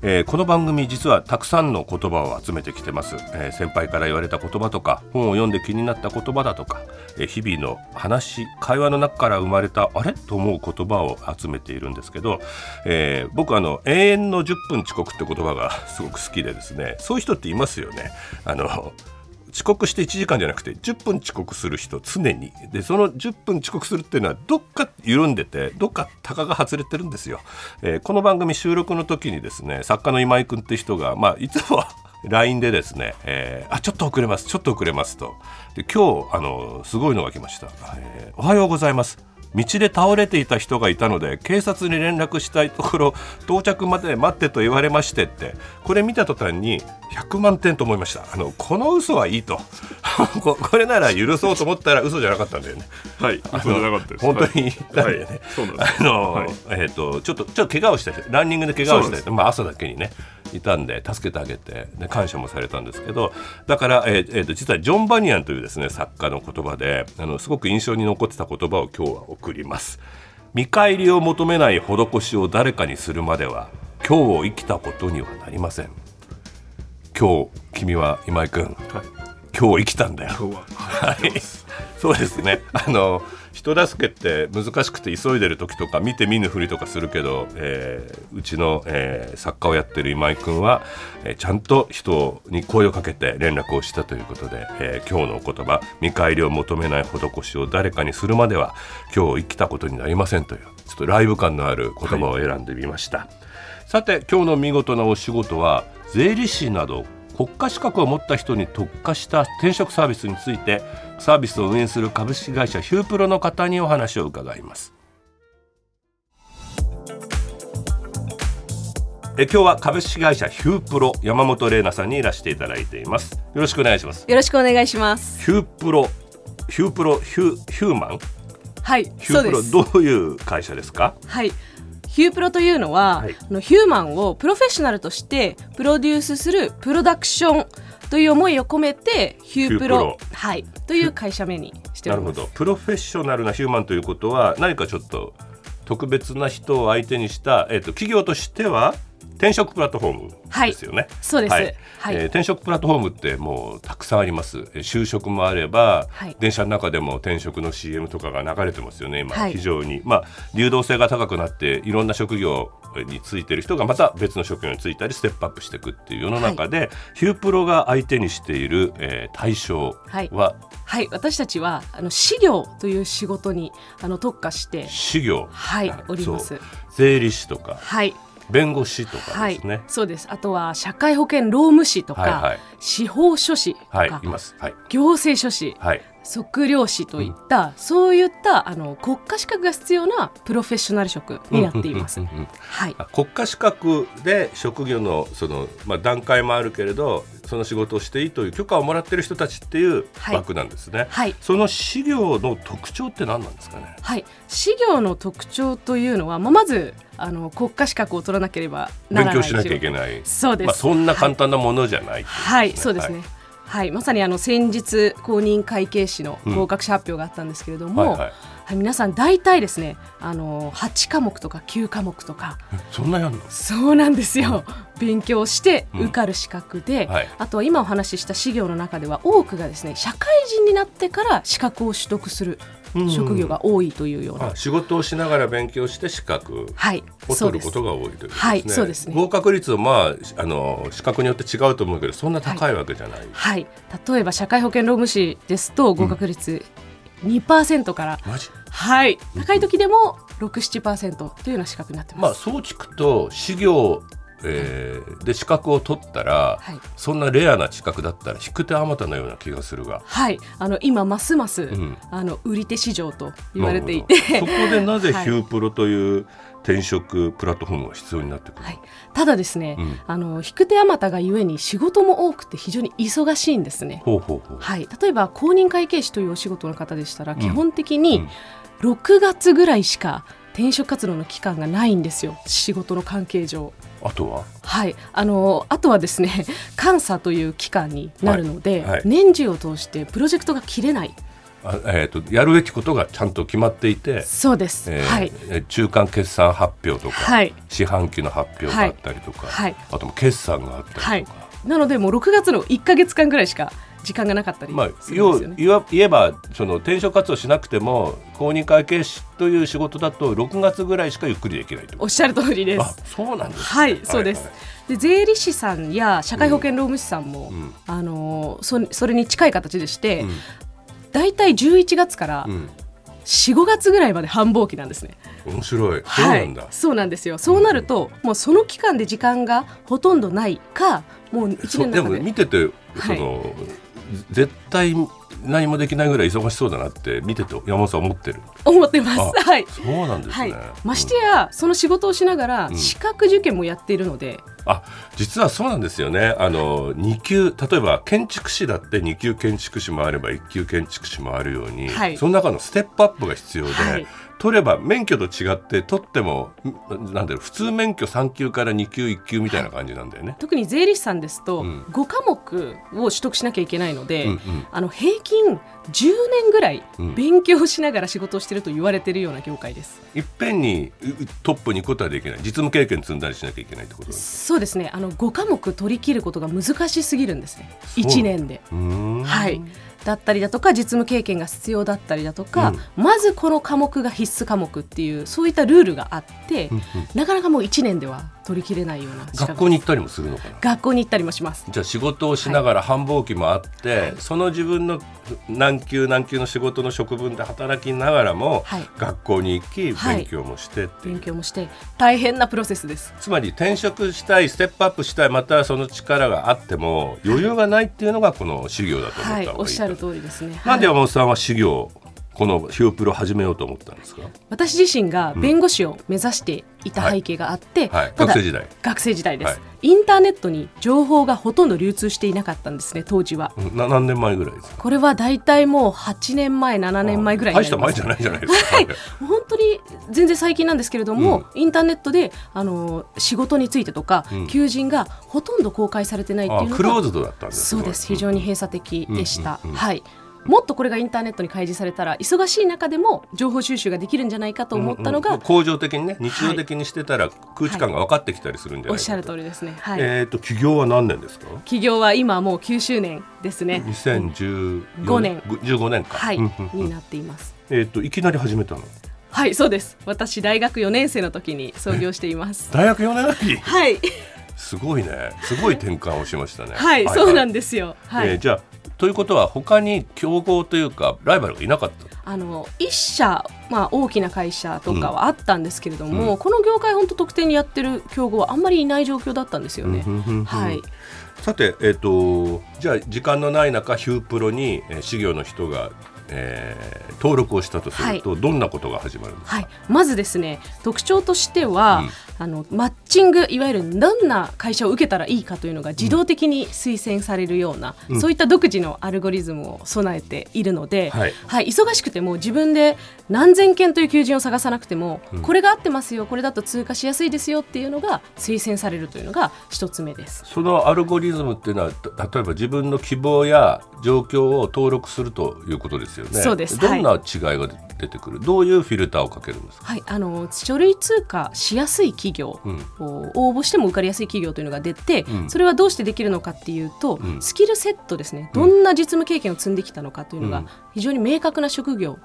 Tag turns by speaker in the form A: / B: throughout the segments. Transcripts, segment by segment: A: えーこの番組実はたくさんの言葉を集めてきてます、えー先輩から言われた言葉とか本を読んで気になった言葉だとか、えー日々の話会話の中から生まれたあれと思う言葉を集めているんですけど、えー僕あの永遠の10分遅刻って言葉がすごく好きでですねそういう人っていますよねあの遅刻して1時間じゃなくて10分遅刻する人常にでその10分遅刻するっていうのはどっか緩んでてどっかたかが外れてるんですよ、えーこの番組収録の時にですね作家の今井君って人が、まあ、いつもは LINE でですね、えーあちょっと遅れますちょっと遅れますとで今日あのすごいのが来ました、えーおはようございます道で倒れていた人がいたので警察に連絡したいところ到着まで待ってと言われましてってこれ見た途端に100万点と思いましたあのこの嘘はいいと ここれなら許そうと思ったら嘘じゃなかったんだよね
B: はい、そうじゃなかったです。
A: 本当に
B: はい
A: なんだよね
B: はいそうなんです。
A: あの、
B: はい
A: えっ、とちょっとちょっと怪我をした人ランニングで怪我を
B: そう
A: し
B: なんで
A: たまあ朝だけにねいたんで助けてあげてで感謝もされたんですけどだから、えーえーと実はジョン・バニアンというですね作家の言葉であのすごく印象に残ってた言葉を今日は送ります見返りを求めない施しを誰かにするまでは今日を生きたことにはなりません今日君は今井君
B: はい、
A: 今日生きたんだよ
B: 今日は、
A: はい、そうですね。あの人助けって難しくて急いでる時とか見て見ぬふりとかするけど、えーうちの、えー作家をやってる今井君は、えーちゃんと人に声をかけて連絡をしたということで、えー今日のお言葉見返りを求めない施しを誰かにするまでは今日生きたことになりませんというちょっとライブ感のある言葉を選んでみました。さて今日の見事なお仕事は税理士など国家資格を持った人に特化した転職サービスについてサービスを運営する株式会社ヒュープロの方にお話を伺いますえ今日は株式会社ヒュープロ山本玲奈さんにいらしていただいていますよろしくお願いします
C: よろしくお願いします。
A: ヒュープロヒュープロヒューヒューマン
C: はい、
A: ヒュ
C: そう
A: ープ
C: で
A: ロ
C: す。
A: どういう会社ですか
C: はい。ヒュープロというのは、
A: はい
C: あのヒューマンをプロフェッショナルとしてプロデュースするプロダクションという思いを込めてヒュープロ
A: ヒュープ
C: はいという会社名にしてお
A: な
C: り
A: るほ
C: ます。
A: どプロフェッショナルなヒューマンということは何かちょっと特別な人を相手にした、えっと企業としては転職プラットフォーム
C: はい
A: ですよね。
C: そうです
A: はい
C: はい
A: えー転職プラットフォームってもうたくさんあります。えー就職もあれば、
C: はい
A: 電車の中でも転職の CM とかが流れてますよね今、
C: はい
A: 非常に、まあ、流動性が高くなっていろんな職業についてる人がまた別の職業についたりステップアップしていくっていう世の中で、ヒュープロが相手にしている、えー対象
C: はい
A: は
C: はい、私たちはあの資料という仕事にあの特化して
A: 修行
C: はいおります
A: そう税理士とか
C: はい
A: 弁護士とか
C: は
A: で
C: い
A: すね
C: そうです。あとは社会保険労務士とか、
A: はいはい
C: 司法書士とか、
A: はい、いますはい
C: 行政書士
A: はい
C: 測量士といった、そういったあの国家資格が必要なプロフェッショナル職になっています。
A: うんうんうんうん
C: はい、
A: あ国家資格で職業のその、まあ、段階もあるけれどその仕事をしていいという許可をもらってる人たちっていう
C: はい
A: 枠なんですね、
C: はい
A: その資料の特徴って何なんですかね
C: はい、資料の特徴というのは、まあ、まずあの国家資格を取らなければな
A: 勉
C: らない
A: 強しなきゃい
C: ない。
A: けない
C: そうです。
A: まあ、そんな簡単なものじゃない、
C: はい、そうですね。はい、まさにあの先日公認会計士の合格者発表があったんですけれども、
A: はい
C: は
A: はいい、
C: 皆さん大体ですね、あの8科目とか9科目とか、
A: えそんなやんの
C: そうなんですよ勉強して受かる資格で、
A: うんはい
C: あとは今お話しした資料の中では多くがですね社会人になってから資格を取得する
A: うん
C: 職業が多いというような、
A: あ仕事をしながら勉強して資格
C: はい
A: を
C: そう
A: 取
C: で
A: る
C: す
A: ことが多いということですね。
C: はいそうですね
A: 合格率はまああの資格によって違うと思うけど、そんな高いわけじゃない。
C: はい例えば社会保険労務士ですと合格率2%から、
A: マジ？
C: はい高い時でも67%というような資格になって
A: ま
C: ま
A: あ
C: す、
A: そう聞くと修行、えーで資格を取ったら、
C: はい
A: そんなレアな資格だったら引く手あまたのような気がするが。
C: はいあの今ますます、
A: ん
C: あの売り手市場と言われてい
A: なる
C: て
A: ほどそこでなぜヒュープロという転職プラットフォームが必要になってくる、
C: はい、ただですね、
A: うん
C: あの引く手あまたがゆえに仕事も多くて非常に忙しいんですね。
A: ほうほうほう
C: はい、例えば公認会計士というお仕事の方でしたら
A: ん
C: 基本的に6月ぐらいしか転職活動の期間がないんですよ仕事の関係上。
A: あとは
C: はい、あのあとはですね 監査という期間になるので、
A: はいはい
C: 年中を通してプロジェクトが切れない
A: あ、えー、とやるべきことがちゃんと決まっていて、
C: そうです、
A: えー
C: はい、
A: えー中間決算発表とか、
C: はい
A: 四半期の発表があったりとか、
C: はいはい
A: あとも決算があったりとか、
C: はいなのでもう6月の1か月間ぐらいしか時間がなかったり
A: まあ、
C: するん
A: 要
C: ですよ
A: 言
C: ね。
A: わ言えばその転職活動しなくても公認会計士という仕事だと6月ぐらいしかゆっくりできないってこ
C: おっしゃる通りで
A: と
C: す
A: あ。そうなんですね
C: はい、そうです。
A: はい
C: で税理士さんや社会保険労務士さんも、
A: うん
C: あのーそそれに近い形でして、
A: うん
C: だいたい11月から
A: うん
C: 4、5月ぐらいまで繁忙期なんですね。
A: 面白い、
C: はい、
A: そうなんだ
C: そうなんですよ。そうなると、もうその期間で時間がほとんどないか、もう
A: そ
C: 一年
A: う
C: の
A: で
C: 中
A: も
C: で。
A: 見ててそ
C: はい
A: の、絶対何もできないぐらい忙しそうだなって見てて山本さん思ってる
C: 思ってます。
A: あ
C: はい。
A: そうなんです
C: は
A: ね、
C: い、ましてや、その仕事をしながら、
A: うん
C: 資格受験もやっているので、
A: あ実はそうなんですよねあの2級例えば建築士だって2級建築士もあれば1級建築士もあるように、
C: はい
A: その中のステップアップが必要で、
C: はい
A: 取れば免許と違って取ってもんなんだろう普通免許3級から2級1級みたいな感じなんだよね。
C: 特に税理士さんですと、
A: うん
C: 5科目を取得しなきゃいけないので、
A: うんうん
C: あの平均10年ぐらい
A: うん
C: 勉強しながら仕事をしてると言われてるような業界です。
A: いっぺんにうトップに行くことはできない実務経験積んだりしなきゃいけないってことです。
C: そうですね。あの5科目取り切ることが難しすぎるんですね。
A: そう
C: 1年で。
A: うーん
C: はい。だったりだとか実務経験が必要だったりだとか、まずこの科目が必須科目っていうそういったルールがあって、
A: うんうん
C: なかなかもう1年では取り切れないような資格
A: 学校に行ったりもするのかな
C: 学校に行ったりもします。
A: じゃあ仕事をしながら繁忙期もあって、その自分の何級何級の仕事の職分で働きながらも、
C: はい
A: 学校に行き
C: はい
A: 勉強もしてっていう、
C: 勉強もして大変なプロセスです。
A: つまり転職したいステップアップしたいまたその力があっても余裕がないっていうのがこの修行だと思った方が
C: はい
A: い
C: い、
A: と、
C: おっしゃる通りですね。
A: なんで
C: は
A: 山
C: い
A: 本さんは修行このヒュープロを始めようと思ったんですか、
C: 私自身が弁護士を目指していた背景があって、
A: はい、
C: た
A: 学
C: だ
A: 生時代、
C: 学生時代です、
A: はい
C: インターネットに情報がほとんど流通していなかったんですね当時は
A: うんな何年前ぐらいですか
C: これは大体もう8年前7年前ぐらい
A: 大
C: にな
A: し
C: り
A: た
C: ま
A: 前
C: す
A: じゃないじゃないですか、
C: はい本当に全然最近なんですけれども、インターネットであの仕事についてとか、
A: うん
C: 求人がほとんど公開されてないっていう
A: あ
C: のが
A: クローズドだったんです
C: そうです非常に閉鎖的でした、
A: うんうんうん
C: はいもっとこれがインターネットに開示されたら忙しい中でも情報収集ができるんじゃないかと思ったのが、
A: うんうん恒常的にね日常的にしてたら空気感が分かってきたりするんじゃ
C: お
A: な
C: っ
A: い
C: し
A: か
C: ゃる
A: と、
C: 通りですねはい、
A: えっ、と起業は何年ですか
C: 企業は今もう9周年ですね
A: 2015
C: 年
A: 15年か、
C: はい、
A: うんうんうん
C: になっています。
A: えっ、といきなり始めたの
C: はい、そうです。私大学4年生の時に創業しています。
A: 大学4年の時
C: はい、
A: すごいねすごい転換をしましたね
C: はい、そうなん
A: で
C: ですよ。は
A: えー
C: い、
A: じゃあということは他に競合というかライバルがいなかった
C: あの一社、まあ大きな会社とかはあったんですけれども、
A: うん
C: この業界本当特定にやってる競合はあんまりいない状況だったんですよね。
A: うんうんうんうん
C: はい、
A: さてえっ、とじゃあ時間のない中ヒュープロに、えー、修行の人が、えー登録をしたとすると、どんなことが始まるんですか、
C: はい、まずですね、特徴としては、あのマッチングいわゆるどんな会社を受けたらいいかというのが自動的に推薦されるような、
A: うん
C: そういった独自のアルゴリズムを備えているので、
A: はい
C: はい、忙しくても自分で何千件という求人を探さなくても、
A: うん
C: これが合ってますよこれだと通過しやすいですよっていうのが推薦されるというのが一つ目です。
A: そのアルゴリズムっていうのはた例えば自分の希望や状況を登録するということですよね。
C: そうです
A: どんな違いが出てくる、どういうフィルターをかけるんですか。
C: はい、あの書類通過しやすい企業、
A: うん
C: 応募しても受かりやすい企業というのが出て、
A: うん
C: それはどうしてできるのかっていうと、
A: うん
C: スキルセットですね
A: う
C: ど
A: ん
C: んな実務経験を積んできたのかというの
A: う
C: が
A: ん
C: 非常に明確な職業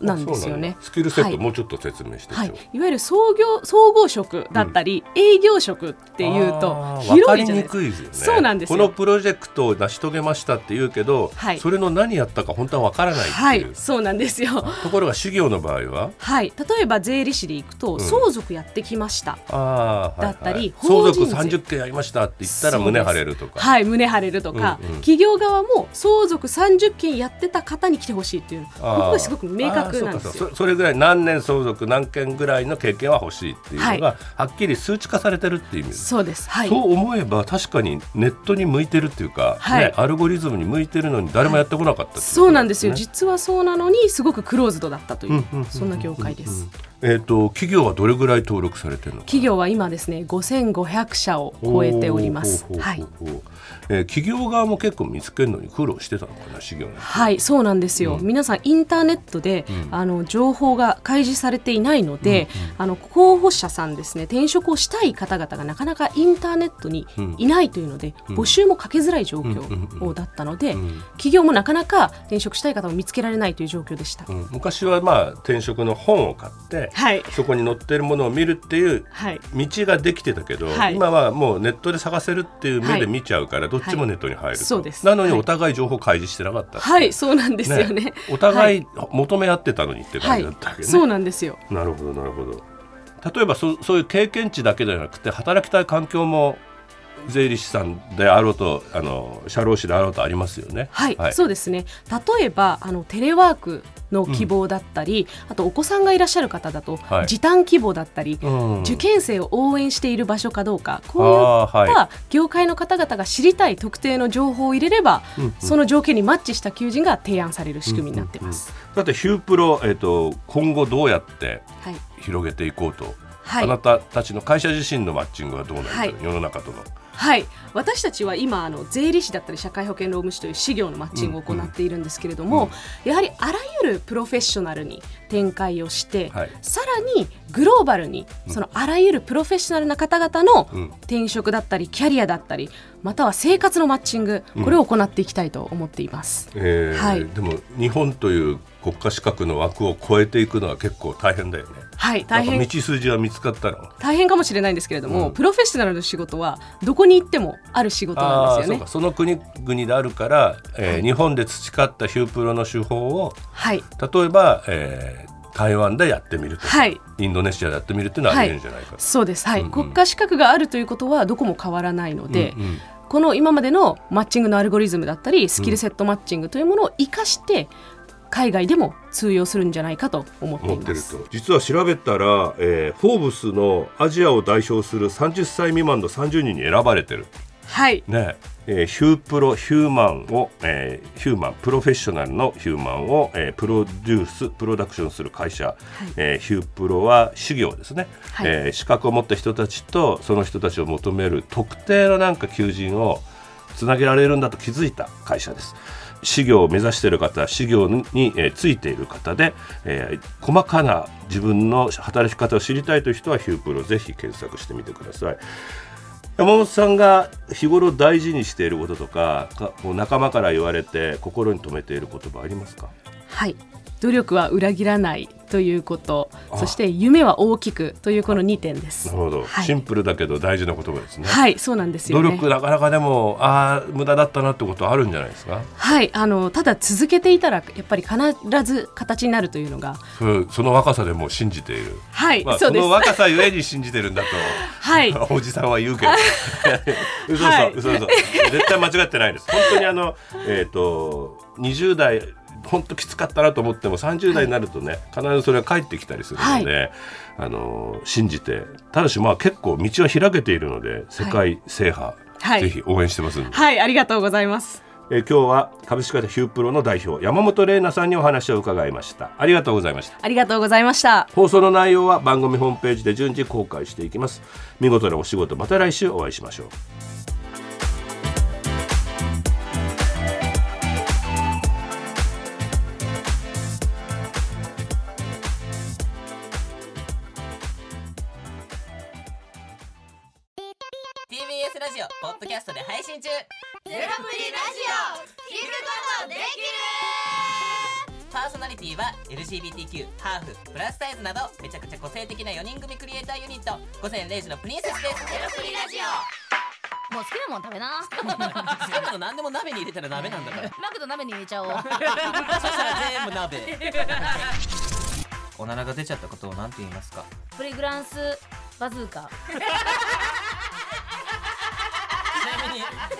C: なんですよ
A: そうなん
C: ね
A: だ。スキルセット、
C: はい
A: もうちょっと説明してちょう
C: はい、いわゆる創業総合職だったり、営業職っていうと
A: あー
C: 広いじゃな
A: わ
C: いです
A: か
C: か。
A: りにくいですよね。
C: そうなんですよ
A: このプロジェクトを成し遂げましたって言うけど、
C: はい
A: それの何やったか本当はわからない
C: は
A: って
C: い
A: いう、、
C: そうなんですよ。
A: ところが修行の場合は。
C: はい、例えば税理士で行くと、
A: ん
C: 相続やってきました。
A: あーはいはい
C: だったり
A: 相続
C: 法人税
A: 三十件やりましたって言ったら胸張れるとか、
C: はい、胸張れるとか、
A: うんうん
C: 企業側も相続30件やってた方に来てほしいっていう、こ
A: あー
C: こがすごく明額なんです
A: あそう
C: よ
A: かそうそそれぐらい何年相続何件ぐらいの経験は欲しいっていうのが、
C: は
A: はっきり数値化されてるっていう意味です。
C: そうですはい
A: そう思えば確かにネットに向いてるっていうか、
C: はい
A: ね、アルゴリズムに向いてるのに誰もやってこなかったってい
C: そうなんですよ、
A: ね
C: 実はそうなのにすごくクローズドだったという,、
A: うんうんうん
C: そんな業界です、
A: えっ、と企業はどれぐらい登録されてるのか
C: 企業は今ですね5500社を超えております
A: ほうほう
C: はい
A: ほうほうえー企業側も結構見つけるのに苦労してたのかな資料ね
C: はいそうなんですよ、皆さんインターネットで、あの情報が開示されていないので、あの候補者さんですね転職をしたい方々がなかなかインターネットにいないというので、募集もかけづらい状況だったので、企業もなかなか転職したい方を見つけられないという状況でした、
A: うん昔はまあ転職の本を買って、
C: はい
A: そこに載ってるものを見るっていう
C: はい
A: 道ができてたけど、
C: はい
A: 今はもうネットで探せるっていう
C: は
A: 目
C: い
A: で見ちゃうから、どっちもネットに入ると、
C: そうです
A: なのに
C: はい
A: お互い情報開示してなかった、
C: はいそうなんですよね
A: お互
C: はい
A: 求め合ってたのにって感
C: は
A: じ
C: い
A: だったわけね、
C: そうなんですよ
A: なるほどなるほど例えばそそういう経験値だけじゃなくて働きたい環境も税理士さんであろうとあの社労士であろうとありますよね
C: はい、
A: はい、
C: そうですね例えばあのテレワークの希望だったり、あとお子さんがいらっしゃる方だと、
A: はい
C: 時短希望だったり、
A: うん
C: 受験生を応援している場所かどうかこう
A: あー
C: いっ
A: は
C: た業界の方々が知りたい特定の情報を入れれば、その条件にマッチした求人が提案される仕組みになってます。
A: だってヒュープロ、えっと今後どうやって
C: はい
A: 広げていこうと、
C: はい
A: あなたたちの会社自身のマッチングはどうなるか、
C: はい
A: 世の中との
C: はい、私たちは今あの税理士だったり社会保険労務士という事業のマッチングを行っているんですけれども、やはりあらゆるプロフェッショナルに展開をして、
A: はい
C: さらにグローバルにそのあらゆるプロフェッショナルな方々の
A: うん
C: 転職だったりキャリアだったりまたは生活のマッチングこれを行っていきたいと思っています。
A: えー
C: はい
A: でも日本という国家資格の枠を超えていくのは結構大変だよね
C: はい、大
A: な
C: 変
A: んか道筋は見つかったの
C: 大変かもしれないんですけれども、
A: うん
C: プロフェッショナルの仕事はどこに行ってもある仕事なんです
A: あーそう
C: よね
A: か。その国々であるから、えー日本で培ったヒュープロの手法を
C: はい、
A: 例えば、えー台湾でやってみるとか、
C: はい
A: インドネシアでやってみるっていうのはありえるんじゃないかと、
C: そうです、はい
A: うんうん
C: 国家資格があるということはどこも変わらないので、
A: うんうん
C: この今までのマッチングのアルゴリズムだったりスキルセットマッチングというものを生かして海外でも通用するんじゃないかと思ってい
A: 思って
C: ま
A: る
C: す。
A: と実は調べたら、えーフォーブスのアジアを代表する30歳未満の30人に選ばれてる
C: はい
A: ねえーヒュープロヒューマンを、えーヒューマンプロフェッショナルのヒューマンを、えープロデュースプロダクションする会社、えーヒュープロは修行ですね、
C: はい
A: えー資格を持った人たちとその人たちを求める特定のなんか求人をつなげられるんだと気づいた会社です修行を目指している方修行に、えーついている方で、えー細かな自分の働き方を知りたいという人はヒュープロぜひ検索してみてください山本さんが日頃大事にしていることとかかこう仲間から言われて心に留めている言葉ありますか
C: はい努力は裏切らないということ
A: あ
C: そして夢は大きくというこの2点です。
A: なるほど、
C: はい
A: シンプルだけど大事な言葉ですね、
C: はいそうなんですよ
A: 努
C: ね
A: 力なかなかでもああ無駄だったなってことあるんじゃないですか
C: はいあのただ続けていたらやっぱり必ず形になるというのが
A: それその若さでもう信じている、
C: はい、
A: まあ、
C: そ
A: そう
C: です
A: の若さゆえに信じてるんだと
C: はい
A: おじさんは言う けど嘘嘘、
C: はい
A: 嘘嘘絶対間違ってないです本当にあのえっ、と20代本当きつかったなと思っても30代になるとね、必ずそれが返ってきたりするので、あの信じてただしまあ結構道は開けているので世界制覇、
C: はい
A: ぜひ応援してますんで、
C: はいありがとうございます
A: えー今日は株式会社ヒュープロの代表山本玲奈さんにお話を伺いましたありがとうございました
C: ありがとうございました
A: 放送の内容は番組ホームページで順次公開していきます見事なお仕事また来週お会いしましょう
D: ー TBS ラジオポッドキャストで配信中ゼロプリラジ
B: オ聞くことできる
D: パーソナリティは LGBTQ ハーフプラスサイズなどめちゃくちゃ個性的な4人組クリエイターユニット午前0時のプリンセスですゼロプリラジ
B: もう好きなもん食べな
D: オ好きなの何でも鍋に入れたら鍋なんだから
B: マクド鍋に入れちゃおう
D: そしたら全部鍋 おならが出ちゃったことを何て言いますか
B: プリグランスバズーカ
D: ちなみに